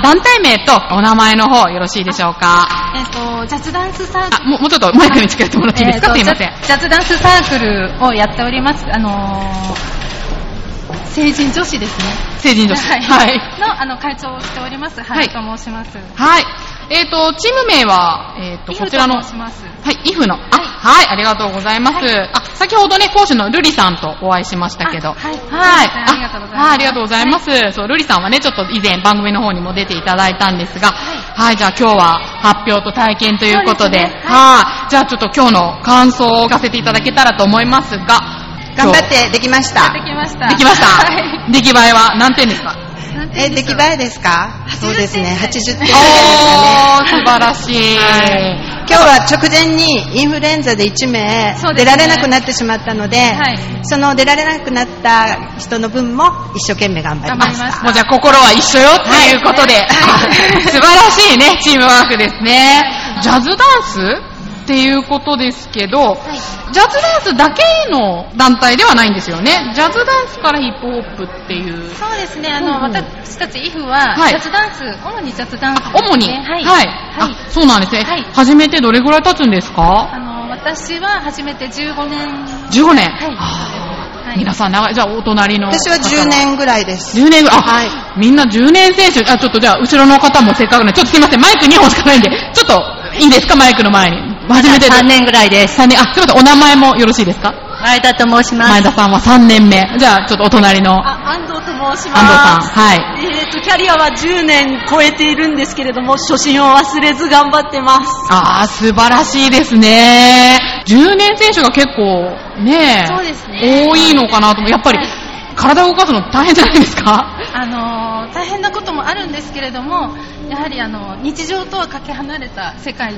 団体名とお名前の方よろしいでしょうかえっ、と、ジャズダンスサークあもうもうちょっとマイクに近寄ってもらっていいル、ですか、えーとすいませんジャジャズダンスサークルをやっております。あのー成人女子ですね。成人女子はい。はい、の、あの、会長をしております。は。はいいと申します。はい、えっ、とチーム名は、えっとリフこちらのと申します。はい、イフの。あ、はい、ありがとうございます。あ、先ほどね、講師のルリさんとお会いしましたけど。あはいあそうですねありがとうございますはいありがとうございます。そう、ルリさんはね、ちょっと以前番組の方にも出ていただいたんですが、はい、じゃあ今日は発表と体験ということで、そうですねはい、じゃあちょっと今日の感想を聞かせていただけたらと思いますが、頑張ってできましたで。きました。今日。できました。はい。出来栄えは何点ですかなんて言え、うんで出しょう来栄えですか80そうですね、80点ぐらいですかおー、ね。素晴らしい。今日は直前にインフルエンザで1名そうで出すねられなくなってしまったので、はいその出られなくなった人の分も一生懸命頑張りま頑張りしまた。したもうじゃあ心は一緒よっていうことで、はい 素晴らしいね、チームワークですね。ジャズダンスっていうことですけど、ジャズダンスだけの団体ではないんですよね。ジャズダンスからヒップホップっていう。そうですね、あうんの、うん私たちイフは、はいジャズダンス、主にジャズダンスですね、主に、はい。はいあそうなんですね、はい始めてどれぐらい経つんですかあの、私は初めて15年。 ?15 年。はいあーはい皆さん長い。じゃあお隣の。私は10。年ぐらいです。 10年ぐらい、あ、はいみんな10年選手、あ、ちょっとじゃあ、後ろの方もせっかくね、ちょっとすいません、マイク2本しかないんで、ちょっと、いいですか、マイクの前に。初めて3年ぐらいです。 3年、あ、すいません、お名前もよろしいですか前田と申します。前田さんは3年目。じゃあ、ちょっとお隣の安あ、安藤と申し藤さん。はい。えー、とキャリアは10年超えているんですけれども初心を忘れず頑張ってますあー、素晴らしいですね。10年選手が結構、ねそうですね多いのかなと思う。やっぱり、体を動かすの大変じゃないですかあのー大変なこともあるんですけれどもやはりあの日常とはかけ離れた世界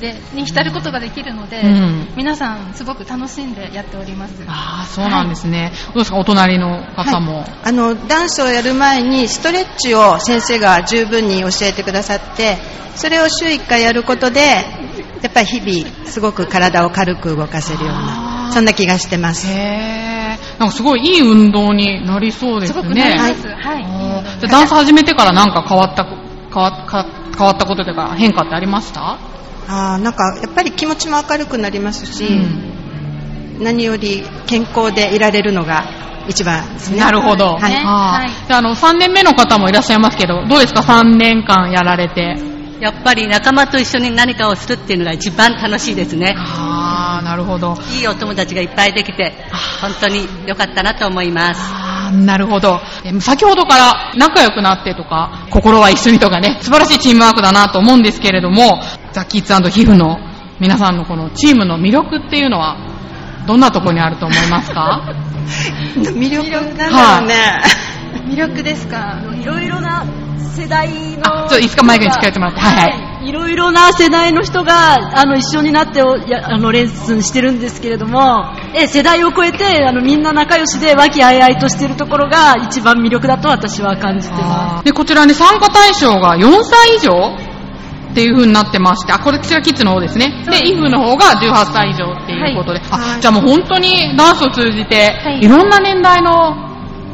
でに浸ることができるので、うん皆さんすごく楽しんでやっておりますあー、そうなんですね。どうですか、お隣の方も。はいあのダンスをやる前にストレッチを先生が十分に教えてくださってそれを週1回やることでやっぱり日々すごく体を軽く動かせるようあなーそんな気がしてますへーなんかすごいいい運動になりそうですすね。ごくなります、はいあーじゃあダンス始めてからなんか変わった、変わか変わったことというか変化ってありましたあーなんかやっぱり気持ちも明るくなりますし、うん何より健康でいられるのが一番ですねなるほど。はいねあーはいじゃああの、3年目の方もいらっしゃいますけど、どうですか ?3 年間やられて。やっぱり仲間と一緒に何かをするっていうのが一番楽しいですね。ああ、なるほど。いいお友達がいっぱいできて、本当に良かったなと思います。あーなるほど。えー先ほどから仲良くなってとか、心は一緒にとかね、素晴らしいチームワークだなと思うんですけれども、ザ・キッズヒフの皆さんのこのチームの魅力っていうのは、どんなとこにあると思いますか魅力なんだろうね、 魅力ですかいろいろな世代のあ、ちょっといつかマイクに近寄ってもらって。はいはい。いろいろな世代の人があの一緒になっておやあのレッスンしてるんですけれどもえ世代を超えてあのみんな仲良しで和気あいあいとしてるところが一番魅力だと私は感じてますで、こちらね、参加対象が4歳以上っていう風になってまして、あ、これ、こちらキッズの方ですね。で、イフの方が18歳以上っていうことで、はあ、いじゃあもう本当にダンスを通じて、はいい、ろんな年代の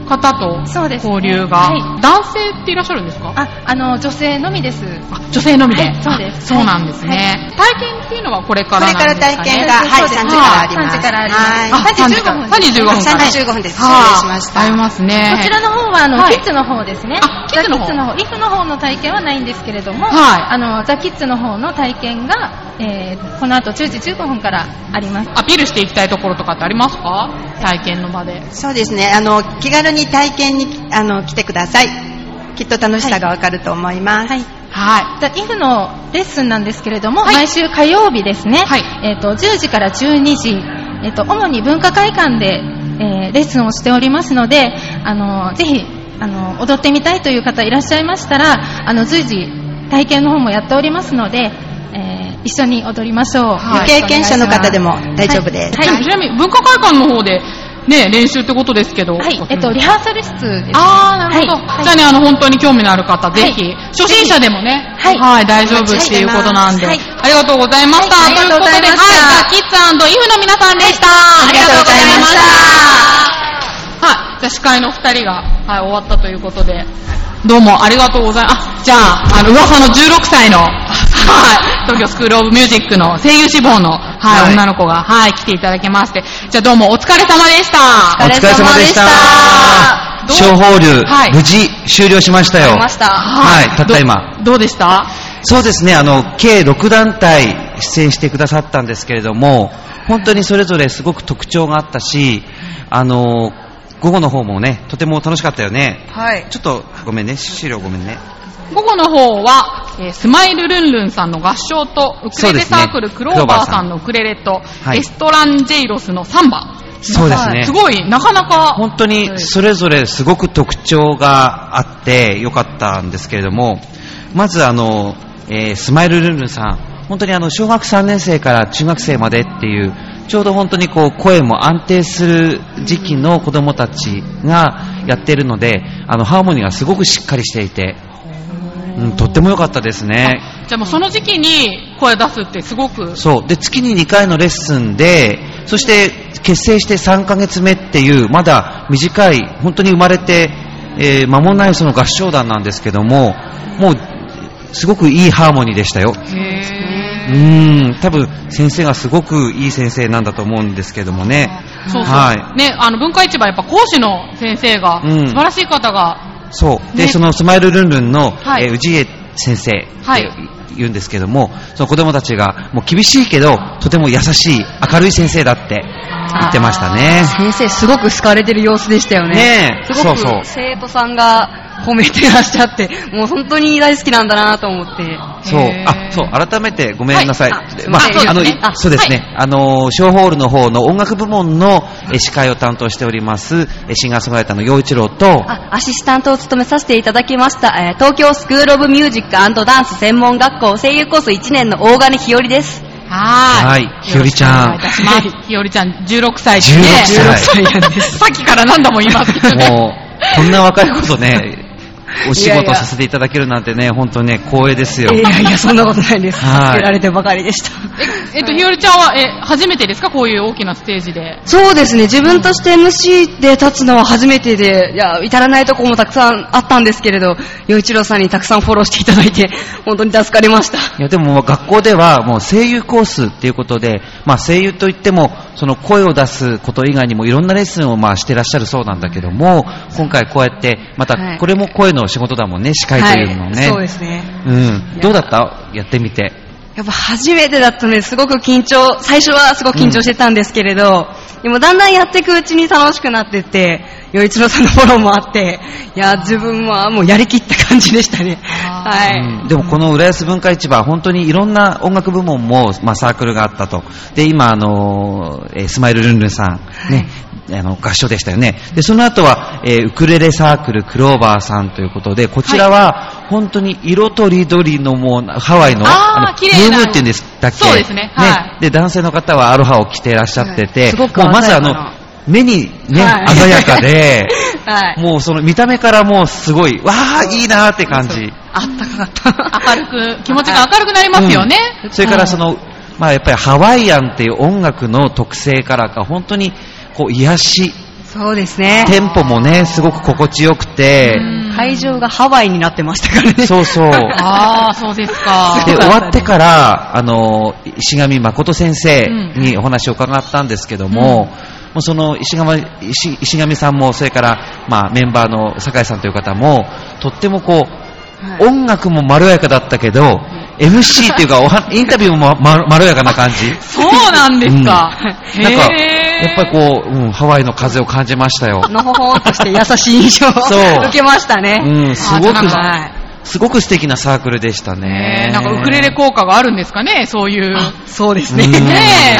方とそうですね交流が、はい男性っていらっしゃるんですかああの女性のみですあ女性のみで、はいそうですあそうなんですね、体験っていうのはこれかこられなかんらですか、ね、体験が、はい、3時からあります3時からありますはいあ3時3 15分時から35分から3時15分です、はあ失礼しましたありますねこちらの方はあの、はいキッズの方ですね。あキッズの方ザイフの方の体験はないんですけれども、はいあのザキッズの方の体験が、えーこの後10時15分からあります。アピールしていきたいところとかってありますか体験の場でそうですね。あの気軽に体験にあの来てください。きっと楽しさがわかると思います。はい。はザイフのレッスンなんですけれども、はい毎週火曜日ですね。はいえっ、と10時から12時、えっ、と主に文化会館で、えーレッスンをしておりますので、あのぜひあの踊ってみたいという方いらっしゃいましたら、あの随時体験の方もやっておりますので。えー一緒に踊りましょう。はい未経験者の方でも大丈夫です。はいじゃあちなみに文化会館の方でね練習ってことですけどはいこ、ちえらっと、リハーサル室です。あー、なるほど。はいじゃあね、あの、本当に興味のある方、いぜひ、初心者でもね、はい大丈夫っていうことなんで、はいありがとうございました。はいありがとうございましたということで、はい、ザ・キッズイフの皆さんでした。ありがとうございました。はい、じゃあ司会の二人が、はい、終わったということで、どうもありがとうございます。あ、じゃあ、あの、噂の16歳の、はい、東京スクールオブミュージックの声優志望の、はい、はい女の子が、はい、来ていただきまして、じゃあどうもお疲れ様でした。お疲れ様でしたどう小放流、はい無事終了しましたよました。はいたった今ど。どうでしたそうですねあの計6団体出演してくださったんですけれども本当にそれぞれすごく特徴があったしあの午後の方もねとても楽しかったよねはい。ちょっとごめんね資料ごめんね午後の方は、えースマイルルンルンさんの合唱と、ウクレレサークル、そうですクねローバーさんのウクレレと、はいエストランジェイロスのサンバ。そうですねすごい、なかなか。本当にそれぞれすごく特徴があってよかったんですけれどもまずあの、えースマイルルンルンさん本当にあの小学3年生から中学生までっていうちょうど本当にこう声も安定する時期の子供たちがやっているのであのハーモニーがすごくしっかりしていて、うん、とっても良かったですねじゃあもうその時期に声出すってすごく、そう。で、月に2回のレッスンで、そして結成して3ヶ月目っていう、まだ短い、本当に生まれて、えー間もないその合唱団なんですけども、もう、すごくいいハーモニーでしたよ。うーん、多分先生がすごくいい先生なんだと思うんですけどもね。そうそう、はい。ね、あの文化市場やっぱ講師の先生が、うん素晴らしい方が、そう。で、ねそのスマイルルンルンの、はいえー氏家先生ってはい言うんですけども、その子供たちが、もう厳しいけど、とても優しい、明るい先生だって言ってましたね。先生、すごく好かれてる様子でしたよね。ねえすごくそうそう生徒さんが褒めてらっしゃって、もう本当に大好きなんだなと思って。そうへ、ーあ、そう、改めてごめんなさい。はいあまあすいませんあの、ねあそうですね、あの、ショーホールの方の音楽部門のえ司会を担当しております、えシンガーソングライターの陽一郎と、あ、アシスタントを務めさせていただきました、えー東京スクールオブミュージックダンス専門学校声優コース1年の大金日和です。 はーい。はいひよりちゃんよろしくお願いいたします。ひよりちゃん、16歳で、 16歳なんです。 さっきから何度も言いますけどね。もう、こんな若いこ とね、お仕事させていただけるなんてね、本当にね、光栄ですよ。いやいや、そんなことないです。はい助けられてばかりでした。えっと、ひよりちゃんは、え、初めてですかこういう大きなステージで。そうですね、自分として MC で立つのは初めてで、いや、至らないとこもたくさんあったんですけれど、洋一郎さんにたくさんフォローしていただいて、本当に助かりました。いやでも学校ではもう声優コースっていうことで、まあ、声優といってもその声を出すこと以外にもいろんなレッスンをまあしてらっしゃるそうなんだけども今回こうやってまはたいこれも声の仕事だもんね司会というのもね、そうですね。うん、どうだったやってみてやっぱ初めてだったのですごく緊張、最初はすごく緊張してたんですけれど、でもだんだんやっていくうちに楽しくなってって、洋一郎さんのフォローもあって、いや、自分はもうやりきった感じでしたね。はい。うんでもこの浦安文化市場は本当にいろんな音楽部門も、まあ、サークルがあったとで今、あのーえースマイルルンルンさん、ねあの合唱でしたよねでその後は、えーウクレレサークルクローバーさんということでこちらは本当に色とりどりのもうハワイのあーの綺麗なムームーっていうんですだっけそうですねはいで男性の方はアロハを着てらっしゃってて、すごくもうまずあ鮮やかのな目に、ねはい鮮やかではい。もうその見た目からもうすごいわあいいなーって感じ。あったかかった。明るく、気持ちが明るくなりますよね。うんそれからその、まあ、やっぱりハワイアンっていう音楽の特性からか本当にこう癒しそうですね。テンポもねすごく心地よくて会場がハワイになってましたからね。そうそう ああ、そうですか。で終わってからあの石上誠先生にお話を伺ったんですけども、もうその石上石石上さんもそれから、まあ、メンバーの酒井さんという方もとってもこう、音楽もまろやかだったけど、MC っていうかおはインタビューもままろやかな感じそうなんですか。うんへなんーか、やっぱりこう、うん、ハワイの風を感じま したよ。のほほんとして優しい印象をそう受けましたうね。ん、すあじゃごあなんくか、はい。すごく素敵なサークルでしたえねー。なんかウクレレ効果があるんですかね、そういう。そうですうね。んね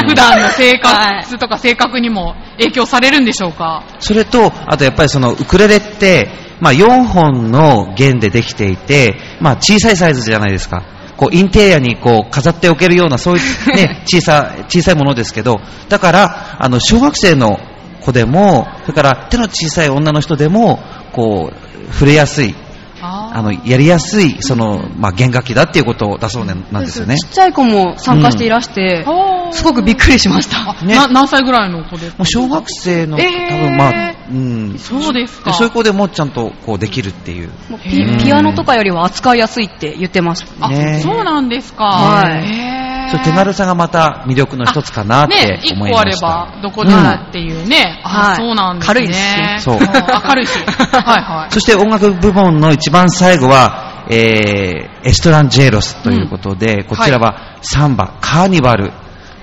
え、普段の生は活とか性格にも影響されるんでしょうか。それと、あとやっぱりそのウクレレって、まあ4本の弦でできていて、まあ小さいサイズじゃないですか。こうインテリアにこう飾っておけるようなそういう ね、小さ、小さいものですけど、だから、あの、小学生の子でも、それから手の小さい女の人でも、こう、触れやすい。ああのやりやすいその、まあ、弦楽器だっていうことだそうなんですよね。ちっちゃい子も参加していらして、おーすごくびっくりしました。ねな何歳ぐらいの子でもう小学生の、えー多分まあ、うん、そうですかでそういう子でもちゃんとこうできるっていう。もうピピアノとかよりは扱いやすいって言ってました。あ、ねそうなんですか。はいへーそう手軽さがまた魅力の一つかなってね、思1い個あまれした。ばどこでもっていうね。あ、はいそうなんですね。軽いですしねそうあ明るい し。はいはそして音楽部門の一番最後は、えーエストランジェロスということで、こちらはサンバ、カーニバル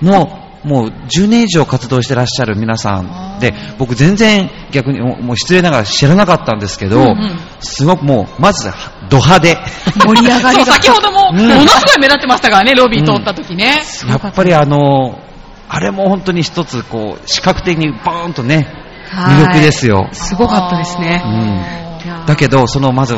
の、もう10年以上活動してらっしゃる皆さんで、僕全然逆に、もうもう失礼ながら知らなかったんですけど、うんうんすごくもう、まずド派手。い。盛り上がりそう、先ほども、うもんのすごい目立ってましたからね、ロビー通った時ね。やっぱりあの、あれも本当に一つ、こう、視覚的にバーンとね、魅力ですよ。すごかったですね。うんだけど、そのまず、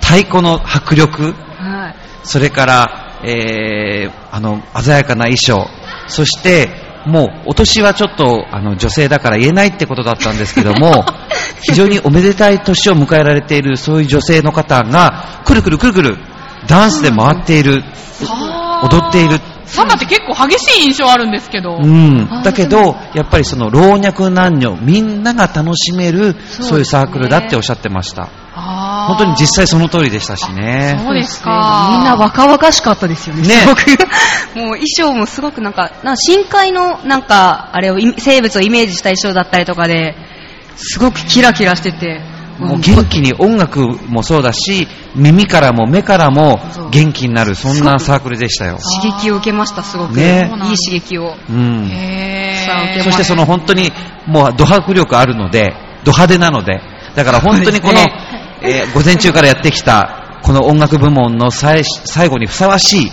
太鼓の迫力、はい。それから、えーあの、鮮やかな衣装、そして、もう、お年はちょっと、あの、女性だから言えないってことだったんですけど も、非常におめでたい年を迎えられている、そういう女性の方が、くるくるくるくる、ダンスで回っている、はー踊っている。サンバって結構激しい印象あるんですけど。うん、だけど、やっぱりその老若男女、みんなが楽しめる、そういうサークルだっておっしゃってました。本本当に実際その通りでしたしね。そうですか。みんな若々しかったですよね、ねすごく。 もう衣装もすごくなんか、なんか深海のなんか、あれを、い生物をイメージした衣装だったりとかで、すごくキラキラしてて、もう元気に音楽もそうだし、耳からも目からも元気になる、そんなサークルでしたよ。刺激を受けました、すごく。ねいい刺激を。うん。へーそしてその本当にもうド迫力あるので、ド派手なので、だから本当にこの、えー午前中からやってきた、この音楽部門の最最後にふさわしい、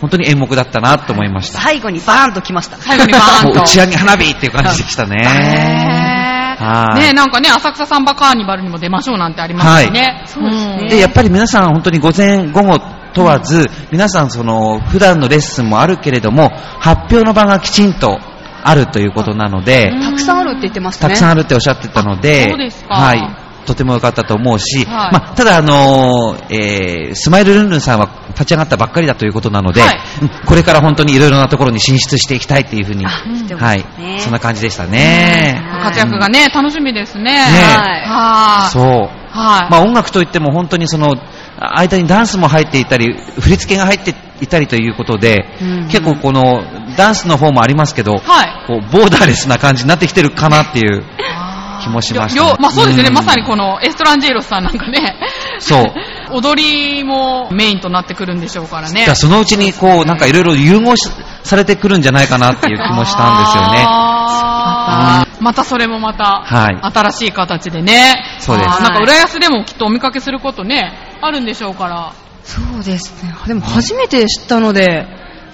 本当に演目だったなと思いました。最後にバーンときました。最後にバーもンうと。打ち上げ花火っていう感じでしたね。はいねなんかね、浅草サンバカーニバルにも出ましょうなんてありますよね。そうですねでやっぱり皆さん、本当に午前、午後問わず、皆さん、その普段のレッスンもあるけれども、発表の場がきちんとあるということなので、たくさんあるって言ってましたたね。くさんあるっておっしゃってたのあで、そうですかはい、とても良かったと思うし、はいまあ、ただ、あのーえースマイルルンルンさんは立ち上がったばっかりだということなので、はいうんこれから本当にいろいろなところに進出していきたいというふうに、言ってまはしいたね、そんな感じでしたね。活躍がね、楽しみですね。はいはい。そうはい。まあ、音楽といっても本当にそのあ間にダンスも入っていたり振り付けが入っていたりということで、結構このダンスの方もありますけど、はいこうボーダーレスな感じになってきてるかなっていうあー気もしましたねりょりょまあそうですね、うんまさにこのエストランジェイロスさんなんかね。そう 踊りもメインとなってくるんでしょうからねじゃ。あそのうちにこうなんかいろいろ融合しされてくるんじゃないかなっていう気もしたんですよね。あーまたそれもまた、はい新しい形でね。そうですあーなんか浦安でもきっとお見かけすることね、あるんでしょうから。そうですね。でも初めて知ったので、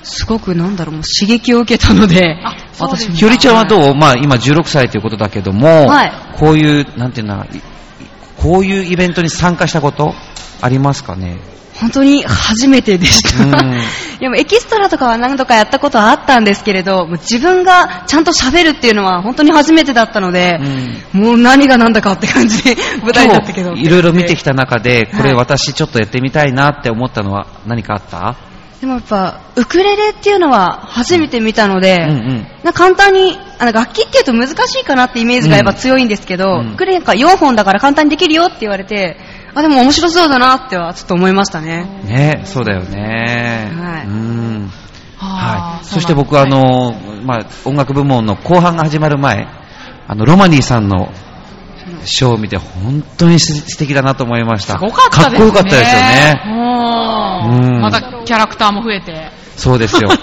すごくなんだろう、もう刺激を受けたので、あそうですねひよりちゃんはどう、まあ、今16歳ということだけども、はいこういう、なんていうのかな、いこういうイベントに参加したことありますかね本当に初めてでしうんた。 でもエキストラとかは何度かやったことはあったんですけれど、もう自分がちゃんと喋るっていうのは本当に初めてだったので、もう何が何だかって感じで 舞台だったけど。今日いろいろ見てきた中で、こはれい私ちょっとやってみたいなって思ったのは何かあった、でもやっぱ、ウクレレっていうのは初めて見たので、うんうんなんか簡単にあの楽器っていうと難しいかなってイメージがやっぱ強いんですけど、うんウクレレが4本だから簡単にできるよって言われて、あ、でも面白そうだなってはちょっと思いましたね。ね、そうだよね。はいうんはあい、ーそして僕、そうあなんですねの、まあ、音楽部門の後半が始まる前、あの、ロマニーさんのショーを見て、本当にす素敵だなと思いました。すごかったですね。かっこよかったですよね。うんうんまたキャラクターも増えて。そうです よ。ね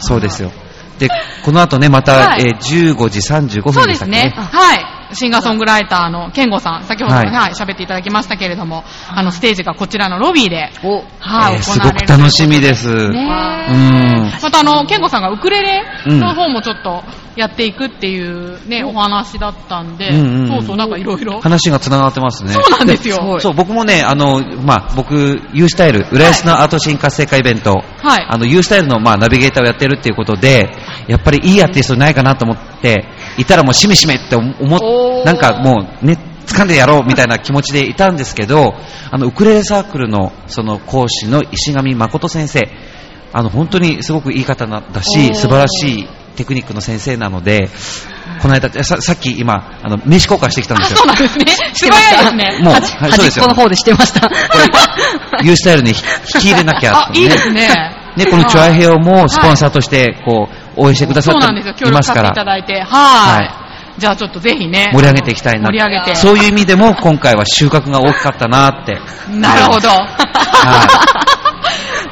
そうですよ。で、この後ね、また、はいえー15時35そ分うででしたすっけねね。。はい。シンガーソングライターの健吾さん、先ほどもははいい、喋っていただきましたけれども、あの、ステージがこちらのロビーで、はい、えー行すごわくれる。楽しみです。ねうん。またあの、健吾さんがウクレレうんの方もちょっとやっていくっていうね、お話だったんで、うんうんうんそうそう、なんかいろいろ。そ話が繋がってますね。うなんですよ。そう、僕もね、あの、まあ、僕、U スタイル、浦安のアート新活性化イベント、はいあの、U スタイルの、まあ、ナビゲーターをやってるっていうことで、やっぱりいいアーティストいないかなと思って、いたらもうしめしめって思っおーなんかもうね、疲掴んでやろうみたいな気持ちでいたんですけど、あの、ウクレレサークルのその講師の石上誠先生、あの、本当にすごくいい方なだし、素晴らしいテクニックの先生なので、この間、ささっき今、あの、名刺交換してきたんあ、ですよ。そうなんですね。素早いですね。もう、端はい、そうで端すっこの。よ方でしてました。これ、U スタイルに引き入れなきゃ あ、いいですね。ね、このチョアヘオもスポンサーとして、こう、応援してくださそうなんですよ。って協いま力すさせていたから、だいて。はい。じゃあちょっとぜひね。盛り上げていきたいな。盛り上げて。そういう意味でも、今回は収穫が大きかったなって。 なるほど。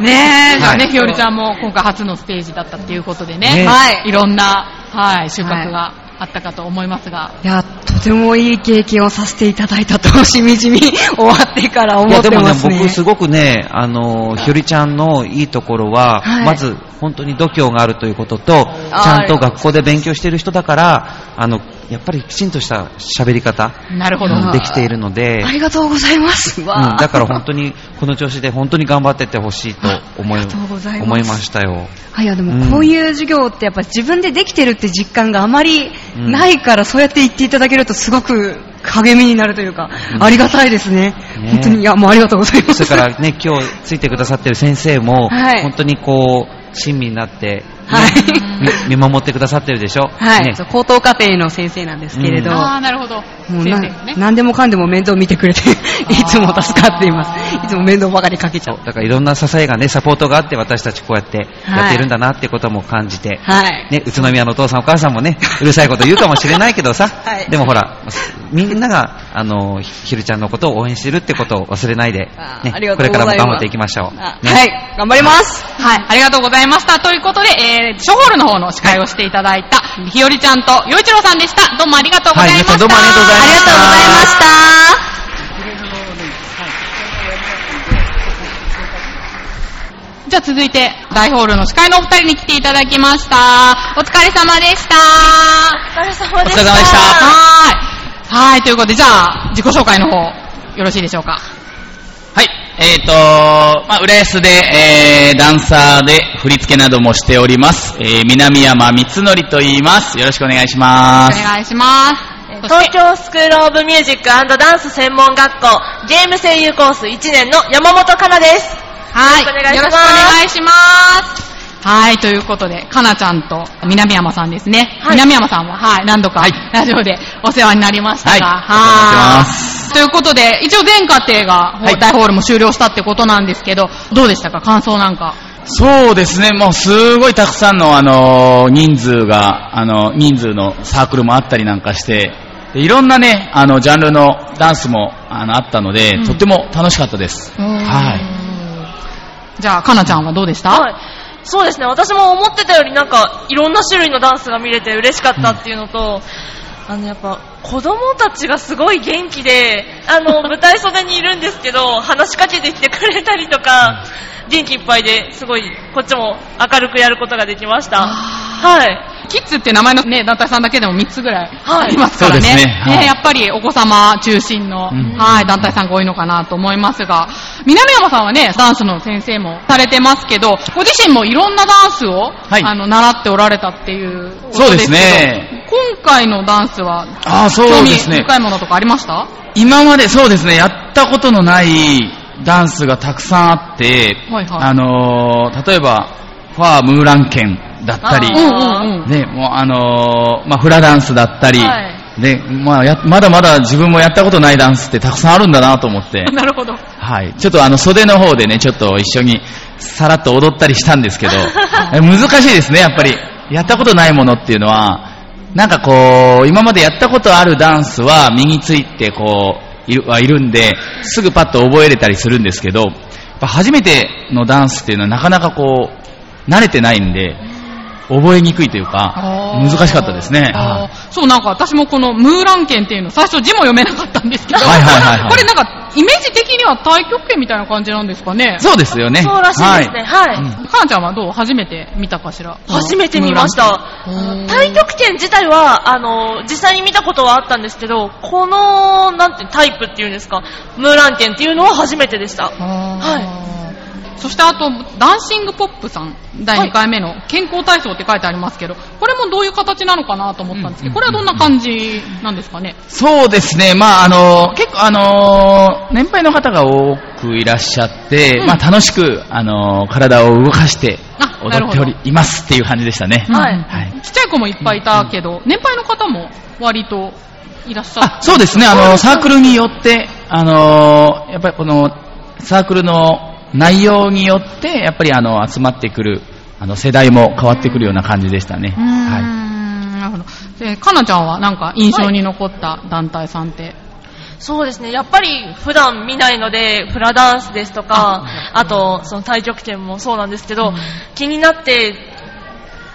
ねえ、じゃあはね、いひよりちゃんも今回初のステージだったっていうことでねね。はいいろんな、はい、収穫があったかと思いますが。いや、とてもいい経験をさせていただいたと、しみじみ終わってからい思やっでてもねま、すね。僕すごくね、あの、ひよりちゃんのいいところは、はいまず本当に度胸があるということと、ちゃんと学校で勉強している人だから、あの、やっぱりきちんとした喋り方、なるほど。うんできているので、ありがとうございます。わあうん、だから本当にこの調子で本当に頑張ってってほしいと思いありがとうございます思いましたよ。はい、いやでうんもこういう授業ってやっぱ自分でできてるって実感があまりうんないから、そうやって言っていただけるとすごく励みになるというか、うんありがたいですね。ね本当に、いや、もうありがとうございます。それから ね、今日ついてくださってる先生も、はい本当にこう、親身になって、ね はい。み見守ってくださってるでしょ。はい、ねそう高等課程の先生なんですけれど、うんああ、なるほど。もう先な生がね。何でもかんでも面倒見てくれて、いつも助かっています。いつも面倒ばかりかけちゃう。だからいろんな支えがね、サポートがあって私たちこうやってやっているんだなってことも感じて、はい。ね、宇都宮のお父さんお母さんもね、うるさいこと言うかもしれないけどさ、 はいでもほら、みんなが、あの、ひひるちゃんのことを応援してるってことを忘れないで、あーねありがことうれごかざいらますも頑張っていきましょう。あねはい、頑張ります。はい、ありがとうございました。ということで、えー、ショホールの方の司会をしていただいた、ひよりちゃんと、よいちろうさんでした。どうもありがとうございました。はい皆さんどうもありがとうございあましたりがとうございました。じゃあ続いて、大ホールの司会のお二人に来ていただきました。お疲れ様でした。お疲れ様お疲れ様でしたはーい。はい、ということで、じゃあ、自己紹介の方、よろしいでしょうか。はい、えっ、ー、と、まあ、浦安で、えー、ダンサーで振り付けなどもしております、えー、南山光則と言います。よろしくお願いしおます。願いします。そして東京スクールオブミュージックダンス専門学校ゲーム声優コース1年の山本かなです。はい。よろよしろしくくおお願願いします。はい、ということで、かなちゃんと南山さんですね。はい南山さんは、はい、何度かラジオでお世話になりましたが、はいお世話になってまい。ということで、一応全家庭が、はい大ホールも終了したってことなんですけど、どうでしたか感想なんか。そうですね、もうすごいたくさんの、あのー人数が、あのー人数のサークルもあったりなんかして、でいろんなね、あの、ジャンルのダンスも、あの、あったので、とっても楽しかったです。はい。い。じゃあ、かなちゃんはどうでした、はい。そうですね、私も思ってたよりなんかいろんな種類のダンスが見れて嬉しかったっていうのと、あのやっぱ子供たちがすごい元気で、あの舞台袖にいるんですけど、話しかけてきてくれたりとか、元気いっぱいですごいこっちも明るくやることができました。はい。キッズって名前のね、団体さんだけでも3つぐらいはいありますからね。そうですねはいやっぱりお子様中心の、うんはい、団体さんが多いのかなと思いますが、南山さんはね、ダンスの先生もされてますけど、ご自身もいろんなダンスを、はいあの、習っておられたっていうことそうですけどね今回のダンスは、あーそう興で味すね深いものとかありました今まで、そうですね、やったことのないダンスがたくさんあって、はいはいあのー例えば、ファー・ムーランケンだったり、うんうあんうん。ね、もうあのーまあ、フラダンスだったり、はね、まあや、まだまだ自分もやったことないダンスってたくさんあるんだなと 思って、なるほど。はい。ちょっとあの、袖の方でね、ちょっと一緒にさらっと踊ったりしたんで すけど、え難しいですね、やっぱり。やったことないものっていうのは、なんかこう、今までやったことあるダンスは身についてこう、いるはいるんで、すぐパッと覚えれたりするんですけど、やっぱ初めてのダンスっていうのはなかなかこう、慣れてないんで、覚えにくいというか、難しかったですね。あーそう、なんか私もこのムーラン剣っていうの、最初字も読めなかったんですけど、はいはいはいはいこれなんか、イメージ的には太極拳みたいな感じなんですかね。そうですよね。そうらしいですはね。はい。うんかなちゃんはどう初めて見たかしら初めて見まし。た。うん太極拳自体は、あの、実際に見たことはあったんですけど、この、なんてタイプっていうんですか、ムーラン拳っていうのは初めてでした。はい。そしてあと、ダンシングポップさん、第2回目の健康体操って書いてありますけど、これもどういう形なのかなと思ったんですけど、これはどんな感じなんですかね。そうですね、まあ、あの結構、あの年配の方が多くいらっしゃって、うんまあ、楽しく、あの体を動かしてあ、なる踊っほてど。おりいますっていう感じでしたね。はい。ちっちゃい子もいっぱいいたけど、年配の方も割といらっしゃる。そうですね、あのサークルによって、あのやっぱりこのサークルの内容によって、やっぱりあの集まってくるあの世代も変わってくるような感じでしたね。うんなるほど。で、かなちゃんはなんか印象に残った団体さんって。そうですね、やっぱり普段見ないので、フラダンスですとか、あと、その太極拳もそうなんですけど、気になって、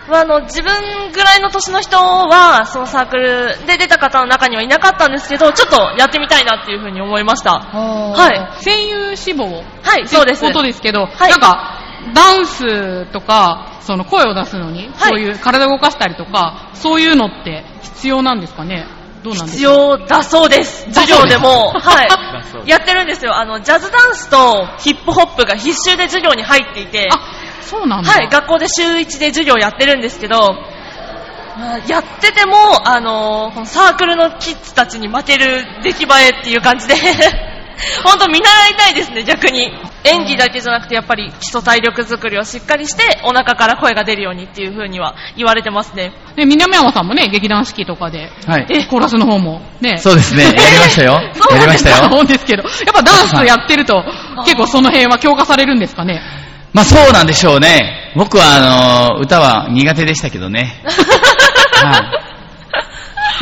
まあ、あの自分ぐらいの年の人は、そのサークルで出た方の中にはいなかったんですけど、ちょっとやってみたいなっていうふうに思いました。はい。声優志望ははい、そうです。ことですけど、なんか、ダンスとか、その声を出すのに、そういう体を動かしたりとか、そういうのって必要なんですかねどうなんですか必要だそうです。授業でも、だそうはですい。やってるんですよ。あの、ジャズダンスとヒップホップが必修で授業に入っていて、そうなんだ。はい、学校で週1で授業やってるんですけど、まあやってても、あのーこのサークルのキッズたちに負ける出来栄えっていう感じで、 本当見習いたいですね、逆に。演技だけじゃなくて、やっぱり基礎体力作りをしっかりして、お腹から声が出るようにっていう風には言われてますね。で、南山さんもね、劇団四季とかで、はいえコーラスの方も、ね。そうで すね、やりましたよ。そうなやりんまでしすたかと思うよん。ですけど、やっぱダンスとやってると、結構その辺は強化されるんですかね。まあそうなんでしょうね。僕はあの歌は苦手でしたけどね。はい、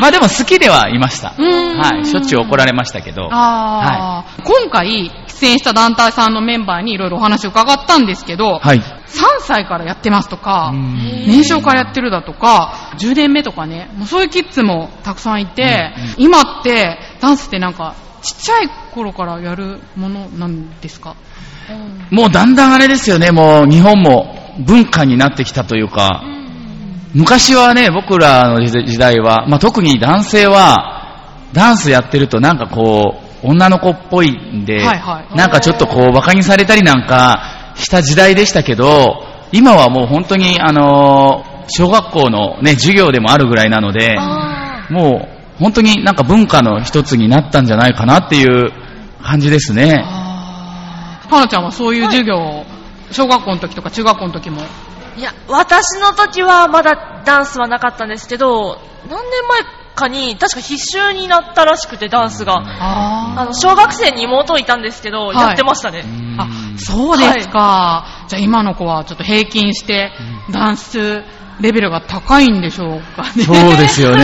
まあでも好きではいました。はい、しょっちゅう怒られましたけど。あー今回出演した団体さんのメンバーにいろいろお話を伺ったんですけど、はい。 3歳からやってますとか、年少からやってるだとか、10年目とかね、もうそういうキッズもたくさんいて、今ってダンスってなんか、ちっちゃい頃からやるものなんですかもうだんだんあれですよね、もう日本も文化になってきたというか、昔はね、僕らの時代は、まあ、特に男性は、ダンスやってるとなんかこう、女の子っぽいんで、はいはいなんかちょっとこう、馬鹿にされたりなんかした時代でしたけど、今はもう本当に、あのー小学校のね、授業でもあるぐらいなので、もう本当になんか文化の一つになったんじゃないかなっていう感じですね。かなちゃんはそういう授業を、小学校の時とか中学校の時も。いや、私の時はまだダンスはなかったんですけど、何年前かに、確か必修になったらしくて、ダンスが。あの、小学生に妹いたんですけど、はいやってましたね。そうですか。じゃあ今の子はちょっと平均して、ダンスレベルが高いんでしょうかね。そうですよ ね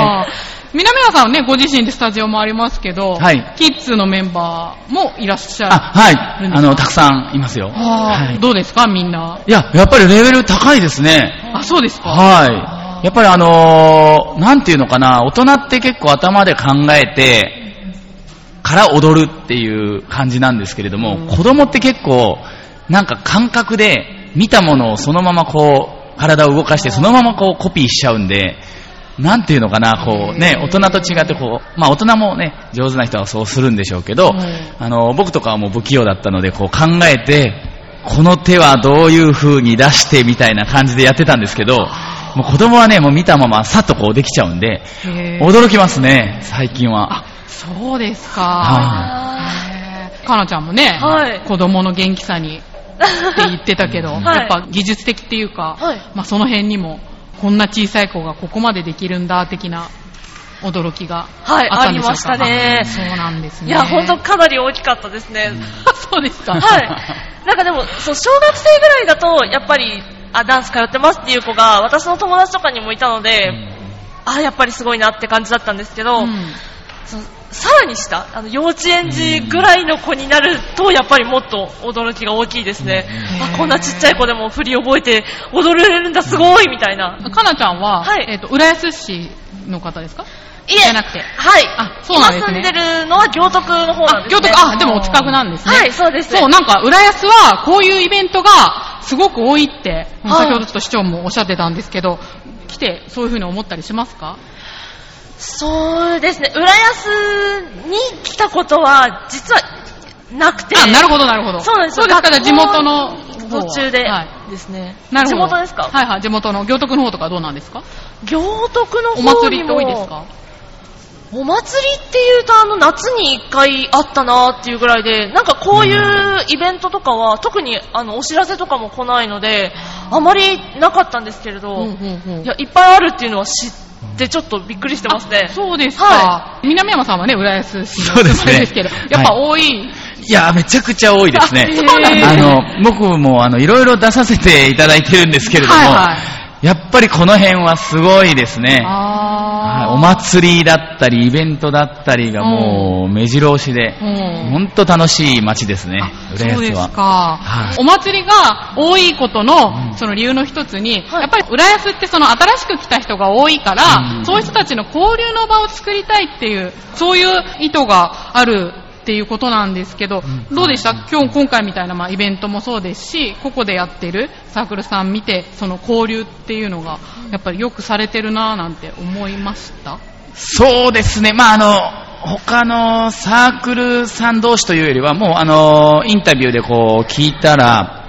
あー。南野さんはね、ご自身でスタジオもありますけど、はいキッズのメンバーもいらっしゃる。あ、はい。あの、たくさんいますよ。あーどうですかみんな。いや、やっぱりレベル高いですね。あ、そうですか。はい。やっぱりあのーなんていうのかな、大人って結構頭で考えて、から踊るっていう感じなんですけれども、子供って結構、なんか感覚で見たものをそのままこう、体を動かしてそのままこうコピーしちゃうんで、なんていうのかな、こうね、大人と違ってこう、まあ大人もね、上手な人はそうするんでしょうけど、あの、僕とかはもう不器用だったので、こう考えて、この手はどういう風に出してみたいな感じでやってたんですけど、もう子供はね、もう見たままさっとこうできちゃうんで、へー驚きますね、最近は。そうですか。へーかなちゃんもね、子供の元気さにって言ってたけど、いやっぱ技術的っていうか、はいまあ、その辺にも、こんな小さい子がここまでできるんだ、的な驚きがはいあったんでしょうか、ありましたねあそうなんですね。 いや、本当かなり大きかったですね。 そうですか。はい。なんかでも、そう、小学生ぐらいだと、やっぱり、あ、ダンス通ってますっていう子が、私の友達とかにもいたので、あ、やっぱりすごいなって感じだったんですけど、そうさらに下、あの、幼稚園児ぐらいの子になると、やっぱりもっと驚きが大きいですね。あ、こんなちっちゃい子でも振り覚えて踊れるんだ、すごいみたいな。かなちゃんは、えっ、と、浦安市の方ですかいえ、じゃなくて。はい。あ、そうなんですね今住んでるのは行徳の方なんです、行ね。徳、あ、でもお近くなんですね。はい、そうです。そう、なんか、浦安は、こういうイベントが、すごく多いって、先ほどちょっと市長もおっしゃってたんですけど、来て、そういうふうに思ったりしますかそうですね、浦安に来たことは、実はなくて。あなるほどなるほどそうなんですそよ。うですかじゃあ地元の学方校は途中ではいですね。なるほど。地元ですかはいはい、地元の行徳の方とかどうなんですか行徳のお方にも祭りって多いですかお祭りっていうとあの夏に一回あったなっていうぐらいでなんかこういうイベントとかは特にあのお知らせとかも来ないのであまりなかったんですけれど、いやいっぱいあるっていうのは知ってちょっとびっくりしてますねそうですはいか。南山さんはね、浦安市そうでお住すねまいですけど、やっぱ多い。いや、めちゃくちゃ多いですね。あ そうなんですあの、僕もあの、いろいろ出させていただいてるんですけれども、はいはいやっぱりこの辺はすごいですね。はいお祭りだったり、イベントだったりがもう、目白押しで、うんほんと楽しい街ですね、浦そう安ですは。か、はいお祭りが多いことの、その理由の一つに、やっぱり浦安ってその新しく来た人が多いから、そういう人たちの交流の場を作りたいっていう、そういう意図がある。っていうことなんですけど、どうでした、今日今回みたいな、まあ、イベントもそうですしここでやってるサークルさん見てその交流っていうのがやっぱりよくされてるなぁなんて思いましたそうですね、まああの、他のサークルさん同士というよりは、もうあの、インタビューでこう、聞いたら、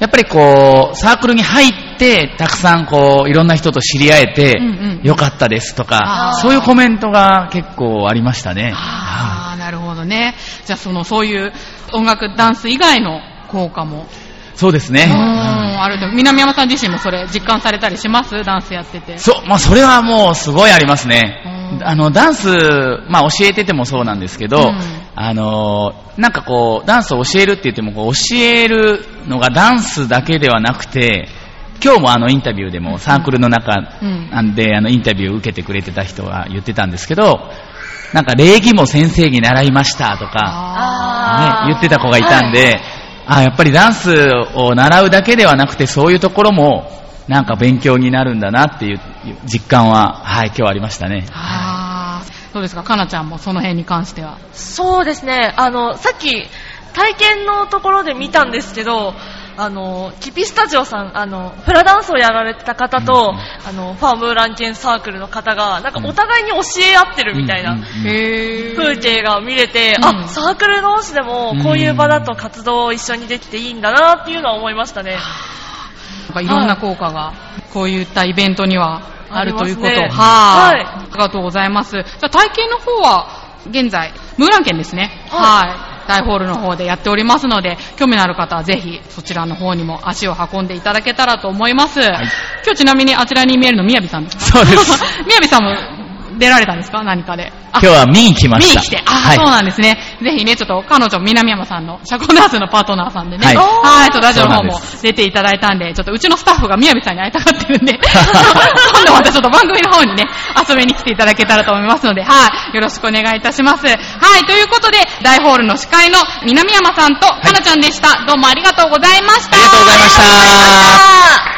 やっぱりこう、サークルに入って、たくさんこう、いろんな人と知り合えて、よかったですとか、そういうコメントが結構ありましたね。ああなるほどねじゃあそのそういう音楽ダンス以外の効果もそうですうね。んあると南山さん自身もそれ実感されたりしますダンスやっててそう、まあそれはもうすごいありますね。あの、ダンス、まあ教えててもそうなんですけど、あの、なんかこう、ダンスを教えるって言っても、こう教えるのがダンスだけではなくて、今日もあのインタビューでもサークルの中うんなんで、あのインタビューを受けてくれてた人が言ってたんですけど、なんか礼儀も先生に習いましたとか、ね、言ってた子がいたんで、あやっぱりダンスを習うだけではなくて、そういうところもなんか勉強になるんだなっていう実感は、はい、今日ありましたね。ああどうですかかなちゃんもその辺に関してはそうですね、あのさっき体験のところで見たんですけど、あのキピスタジオさん、あのフラダンスをやられてた方と、あのファームーランケンサークルの方が、なんかお互いに教え合ってるみたいな風景が見れて、あサークル同士でもこういう場だと活動を一緒にできていいんだなっていうのは思いましたね。なんかいろんな効果がこういったイベントにはあるということをありますねはい、はありがとうございますじゃあ体験の方は現在ムーラン県ですねはい、大ホールの方でやっておりますので興味のある方はぜひそちらの方にも足を運んでいただけたらと思います、今日ちなみにあちらに見えるの宮城さんですかそうです。 宮城さんも出られたんですか何かであ今日は見に来ま見しにた。来て、あ、そうなんですね。ぜひね、ちょっと彼女、南山さんの、社交ダンスのパートナーさんでね、はいはい、ちょっとラジオの方そうもなん出ていただいたんで、ちょっとうちのスタッフが宮城さんに会いたがってるんで、 今度またちょっと番組の方にね、遊びに来ていただけたらと思いますので、はい、よろしくお願いいたします。はい、ということで、大ホールの司会の南山さんと、かなちゃんでした。どうもありがとうございました。ありがとうございました。